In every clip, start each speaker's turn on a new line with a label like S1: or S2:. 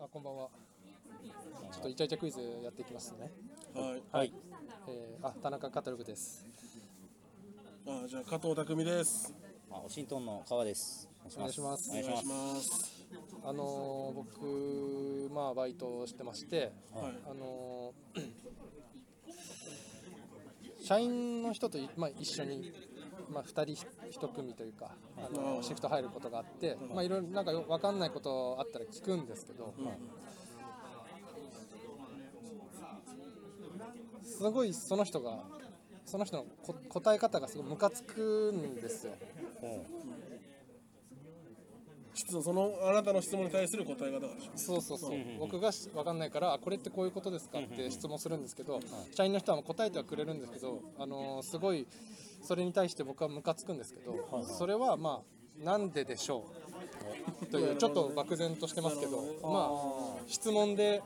S1: あこんばんは。ちょっとイチャイチャクイズやっていきますね。
S2: はい、
S3: はい。
S1: えー、あ田中カタログです。
S2: あじゃあ加藤匠です。
S3: あ、ワシントンの川です。お願いします。
S1: お
S3: お
S1: 願
S3: 願
S2: お願い
S3: い
S2: し
S3: しま
S2: ます。
S1: あのー僕まあバイトをしてまして、
S2: はい、
S1: あのー社員の人とい、まあ、一緒に、まあ、2人1組というか、あのーシフト入ることがあって、まあ、いろいろなんかよ分かんないことあったら聞くんですけど、すごいその人がその人のこ答え方がすごいムカつくんですよ。
S3: す。うん
S2: 質問そのあなたの質問に対する答え方がでしょ
S1: そうそうそう、僕がし分かんないから、あこれってこういうことですかって質問するんですけど、社員の人は答えてはくれるんですけど、あのーすごいそれに対して僕はムカつくんですけど、それはまあ、なんででしょうという、ちょっと漠然としてますけど、まあ、質問で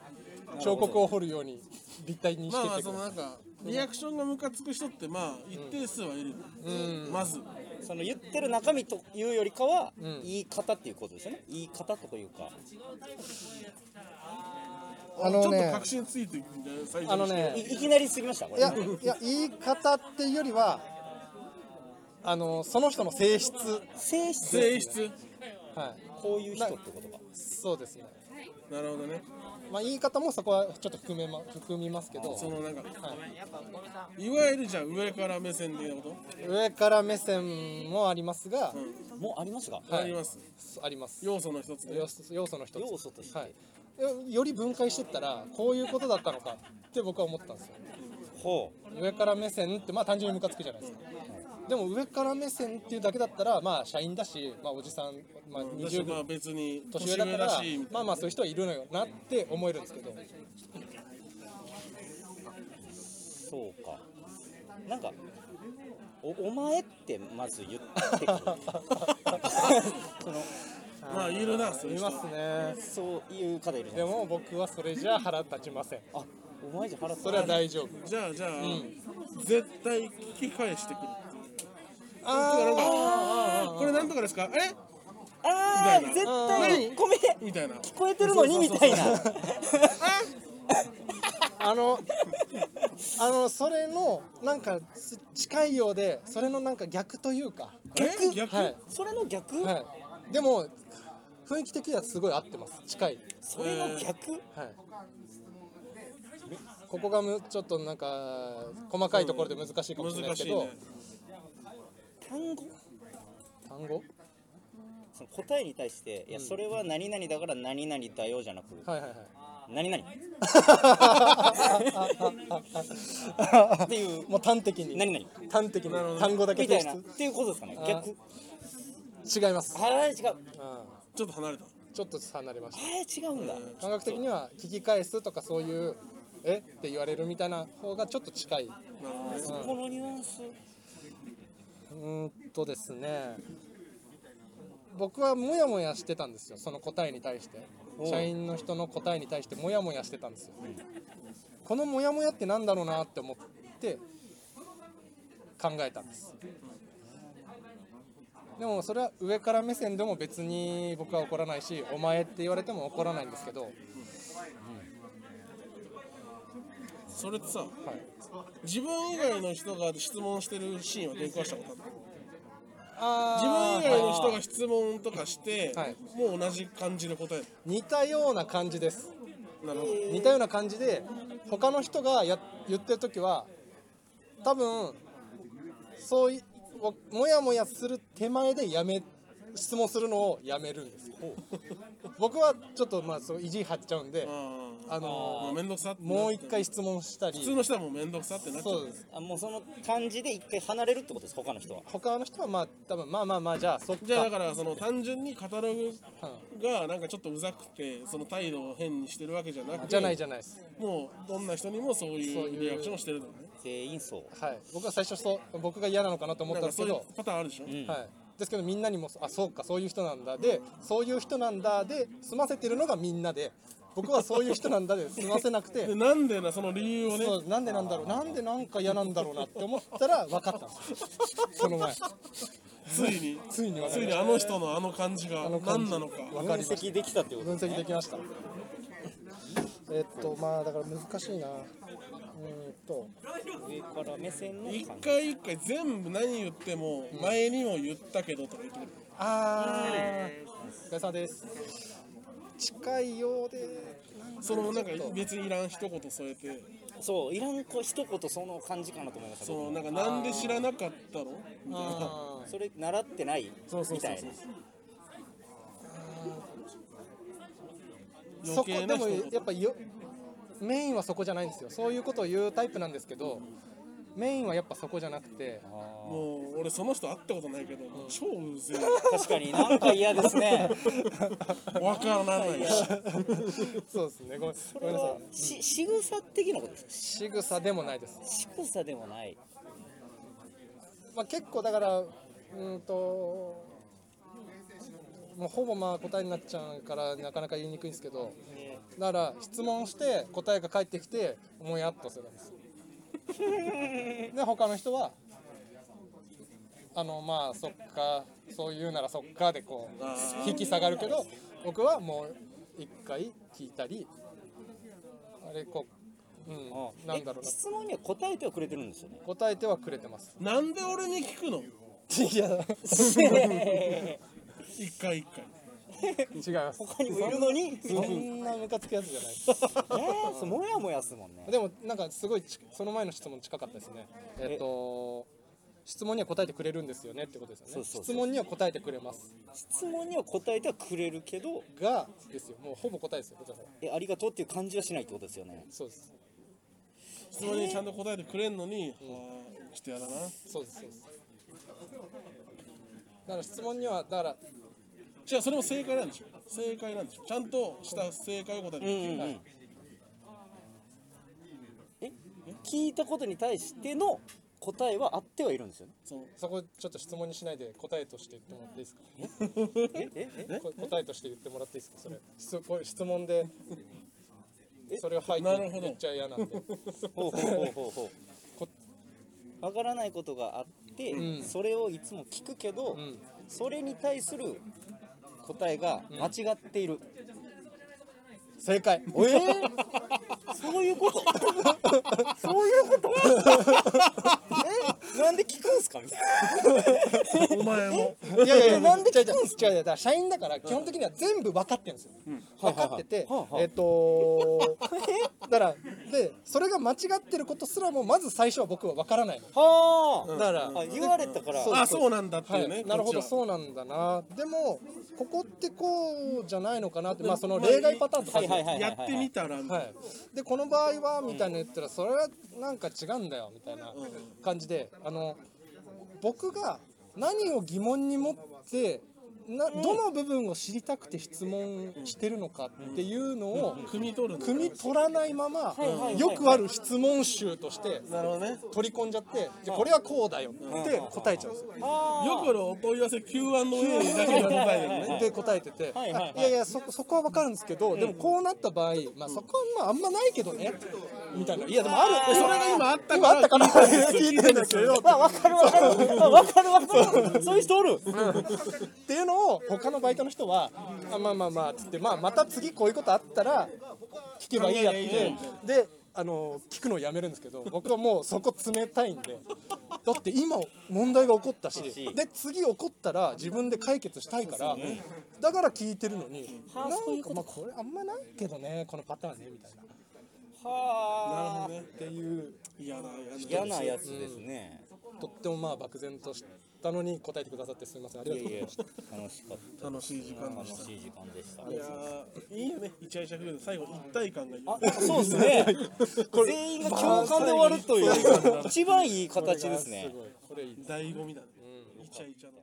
S1: 彫刻を彫るように立体にし
S2: まあ
S1: てっ
S2: まあ
S1: てく
S2: そ
S1: ださ
S2: のないん。かリアクションがムカつく人ってまあ一定数はいる、まず
S3: その言ってる中身というよりかは、
S1: ん
S3: 言い方っていうことですよね。言い方とかいうか。
S1: あのね
S2: ちょっと確信ついてるんじゃない最初
S1: あの
S2: にして
S3: い
S1: ね、
S3: いきなりすぎました。こ
S1: い
S3: れ
S1: や、いや言い方っていうよりは、あのーその人の性質、
S3: 性質。
S2: 性質
S1: はい、
S3: こういう人ってことか。
S1: そうですね。
S2: なるほどね
S1: まあ、言い方もそこはちょっと含め、ま、含みますけど
S2: そのなんか、い、わゆるじゃあ上から目線でなこ
S1: 上から目線もありますが、
S3: もうありますが。
S2: と、
S1: はい
S2: あります
S1: あります
S2: 要素の一つで
S1: 要素要素の一つ
S3: 要素として
S1: はい、よより分解してったらこういうことだったのかって僕は思ったんですよ
S3: ほ
S1: 上から目線ってまあ単純にムカつくじゃないですかでも上から目線っていうだけだったらまあ社員だし、まあ、おじさん、まあ、
S2: だし
S1: 20
S2: まあ
S1: 分
S2: 別に
S1: 年
S2: 年
S1: 上
S2: 上
S1: だった
S2: だ
S1: ら
S2: しみた
S1: ま
S2: い
S1: あまあそういう人はいるのよなって思えるんですけど
S3: う。そうか。なんか。お、お前ってまず言ってくる。 その、
S2: なまあいるなそういう
S1: い
S2: 人
S1: ますね
S3: そういう方いるじ
S1: で
S3: ゃないです
S1: も僕はそれじゃ腹立ちません
S3: か。あ、お前じゃ腹立つ。
S1: それは大丈夫
S2: じゃあじゃあ、絶対聞き返してくる
S1: あ
S2: これなんとかですかえ
S3: ああ、
S2: みたいな
S3: 絶対に。ごめん。聞
S2: みたいな
S3: こえてるのにみたいな。
S1: あのあのそれのなんかす近いようでそれのなんか逆というか
S2: 逆逆、
S1: はい、
S3: それの逆。
S1: はい、でも雰囲気的にはすごい合ってます近い、
S3: それの逆。
S1: はい、ここがむちょっとなんか細かいところで難しいかもしれないです
S2: 難し
S1: け
S2: い
S1: ど、
S2: ね
S3: 単語
S1: 単語
S3: その答えに対して「いやそれは何々だから何々だよ」じゃなく
S1: はいはいはい
S3: 「何々」っていう
S1: もう端的
S3: 「
S1: に
S3: 何々
S1: 端的
S2: な
S1: に
S2: るほど
S1: 単語」だけ
S3: みた
S1: 提
S3: いなっていうことですかね
S1: あー
S3: 逆
S1: 出違います、
S3: あれ違う
S1: う
S2: ちょっと離れた
S1: ん、ちょっと離れまし
S3: あれ違うんだ
S1: た感覚的には聞き返すとかそういうえって言われるみたいな方がちょっと近い
S2: なるほどね
S3: そこのニュアンス
S1: うーんとですね僕はモヤモヤしてたんですよその答えに対して
S3: おう
S1: 社員の人の答えに対してモヤモヤしてたんですよこのモヤモヤってなんだろうなって思って考えたんですでもそれは上から目線でも別に僕は怒らないしお前って言われても怒らないんですけど、はい、
S2: それってさ自分以外の人が質問してるシーンは出くわしたことある自分
S1: あ
S2: 以
S1: ー
S2: 外の人が質問とかして、
S1: はい
S2: もう同じ感じの答え
S1: 似たような感じです
S2: なるほど、
S1: 似たような感じで他の人がや言ってる時は多分そういおもやもやする手前でやめ質問するのをやめるんですよ僕はちょっとまあそう意地張っちゃうんで
S2: あ
S1: あ
S2: あもう
S1: の
S2: 面倒くさってなって
S1: もう一回質問したり
S2: 普通の人はもう面倒くさってなっちゃ
S1: そう
S2: う
S1: です
S3: あもうその感じで一回離れるってことです他の人は
S1: 他の人はまあ多分まあまあまあじゃあそっか
S2: じゃあだからその単純にカタログ
S1: は
S2: がなんかちょっとうざくてその態度を変にしてるわけじゃなく
S1: い
S2: て
S1: じゃないじゃないです
S2: もうどんな人にもそう
S1: そうい
S2: いううリアクションをしてるのね
S3: 全員そう
S1: はい僕は最初そう僕が嫌なのかなと思っ
S2: な
S1: た
S2: ん
S1: んで
S2: か
S1: す
S2: そ
S1: け
S2: ういう
S1: ど
S2: パターンあるでしょ、
S3: うん
S1: はい、ですけどみんなにもあそうかそういう人なんだでそういう人なんだで済ませてるのがみんなで僕はそういう人なんだで済ませなくて
S2: でなんでなその理由をね
S1: そうなんでなんだろうなんでなんか嫌なんだろうなって思ったら分かったんですよその前
S2: ついに
S1: ついに分か
S2: つい
S1: り
S2: に
S1: まし
S2: あの人のあの感じが
S1: の感じ
S2: 何なのか
S1: た分
S3: 分
S1: かりまし
S3: 析できたってこ
S1: た
S3: と
S1: 分
S3: です
S1: 析で
S3: ね
S1: きましたえっとまあだから難しいなうーんと
S3: 上から目線の
S2: 一
S3: 感じ
S2: 回一回全部何言っても前にも言ったけどとか言ってくる
S1: あーお疲れ様です近いようでなんか
S2: そのなんか別にいらん一言添えて
S3: そういらんこ一言その感じかなと思いました
S2: その
S3: 僕
S2: な
S3: も
S2: んかなんで知らなかったのみたいな
S1: あ
S3: それ習ってない
S2: そうそう
S3: み
S2: そう
S3: た
S2: そう
S3: い
S1: ー
S3: な
S1: そ
S2: 余
S1: こ
S2: 計
S1: で
S2: な
S1: も
S2: 一
S1: や
S2: 言
S1: っぱよメインはそこじゃないんですよそういうことを言うタイプなんですけどメインはやっぱそこじゃなくて
S2: もう俺その人会ったことないけど超うぜ
S3: 確かになんか嫌で すね
S2: えわからないし
S1: そうですねごめん
S3: こ
S1: ごめん
S3: れ
S1: なさ
S3: はいし仕草的なことですか
S1: 仕草でもないです
S3: 仕草でもない
S1: まあ、結構だからうーんともうほぼまあ答えになっちゃうからなかなか言いにくいんですけどだから質問して答えが返ってきてもやっとするんです で他の人はあのまあそっかそう言うならそっかでこう引き下がるけど僕はもう一回聞いたりあれこううんなんだろうな
S3: え質問には答えてはくれてるんですよね
S1: 答えてはくれてます
S2: なんで俺に聞くの
S1: いや
S2: 一回一回
S1: 違います
S3: 他にもいるのに
S1: そんなムカつくやつじゃないです。
S3: ねそうもやもやっすもんね
S1: でもなんかすごいちその前の質問近かったですね。えっ、と質問には答えてくれるんですよねってことですよね。
S3: そうそうそう
S1: 質問には答えてくれます
S3: 質問には答えてはくれるけど
S1: がですよ。もうほぼ答えですよ。藤田さん
S3: えありがとうっていう感じはしないってことですよね
S1: そうです。
S2: 質問にちゃんと答えてくれんのに、はあちょっとやだな
S1: そうです。そうです。だから質問にはだから
S2: じゃあそれも正解なんでしょ正解なんでしょちゃんとした正解を答えてくれ
S3: うん
S2: る
S3: うんうんえ聞いたことに対しての答えはあってはいるんですよね
S2: そう
S1: そこちょっと質問にしないで答えとして言ってもらっていいですか。
S3: えええ
S1: こ答えとして言ってもらっていいですか。それ質こう質問で。それを入
S2: なる
S1: って
S2: ほど
S1: 言っちゃ嫌なんで。
S3: ほうほうほうほうほ
S1: こ
S3: うわからないことがあって、
S1: うん
S3: それをいつも聞くけど、
S1: うん。
S3: それに対する答えが間違っている、
S1: 正解。
S3: えーそういうことそういうことえなんで聞くんすかみたい
S2: お前も
S1: いやいやいや、
S3: なんで
S1: 違う違う違う違うだから社員だから基本的には全部分かってるんですよ。分かってて
S3: はあは、あ
S1: えっと、だからでそれが間違ってることすらもまず最初は僕は分からないの。
S3: なはあ、
S1: だから、
S3: あ言われたから
S1: そう
S2: あそうなんだって
S1: は
S2: いう
S1: い
S2: ね、
S1: なるほど
S2: う
S1: そうなんだな。でもここってこうじゃないのかなって、まあその例外パターンとかあるじゃないですか。
S2: やってみたらみたい
S1: は
S2: な
S1: い、でこの場合はみたいな言ったら、それはなんか違うんだよみたいな感じであの僕が何を疑問に持ってなどの部分を知りたくて質問してるのかっていうのを
S2: 汲み取る
S1: 汲み取らないまま
S3: いはいはい
S1: よくある質問集として
S2: なるほどね
S1: 取り込んじゃってじゃあこれはこうだよって答えちゃうんですよ。
S2: よくあるお問い合わせ Q&A だけの答えだよね
S1: で答えてて、
S3: はいはいはい
S1: あいやいやそこそこは分かるんですけど、でもこうなった場合、まあ、そこはまああんまないけどね、みたいないやでもある
S2: それが今あった
S1: 今あ
S2: か
S1: っ
S2: ら
S1: たから聞いてるんですけどっ
S3: あわかるわかるあわかるわかるそういう人おる
S1: ていうのを他のバイトの人はあまあまあまあつって、まあ、また次こういうことあったら聞けばいいやって
S2: いやいやい
S1: であの聞くのをやめるんですけど僕はもうそこ冷たいんでだって今問題が起こったしで次起こったら自分で解決したいからだから聞いてるのになんかまあこれあんまないけどねこのパターンねみたいなっ
S3: は
S2: な
S3: あ
S2: るほどね
S1: ていう
S2: 嫌な嫌
S3: 嫌
S2: な
S3: なやつですね、
S1: とってもまあ漠然としたのに答えてくださってすみませんありがとうございました。
S3: 楽しかった
S2: 楽しい時間でし
S3: 楽しい時間でした
S2: たいやーいいよねイチャイチャ風で最後一体感がいい
S3: あそうですね全員が共感で終わるという一番いい形ですね
S1: これいい
S2: 醍醐味だねイチャイチャの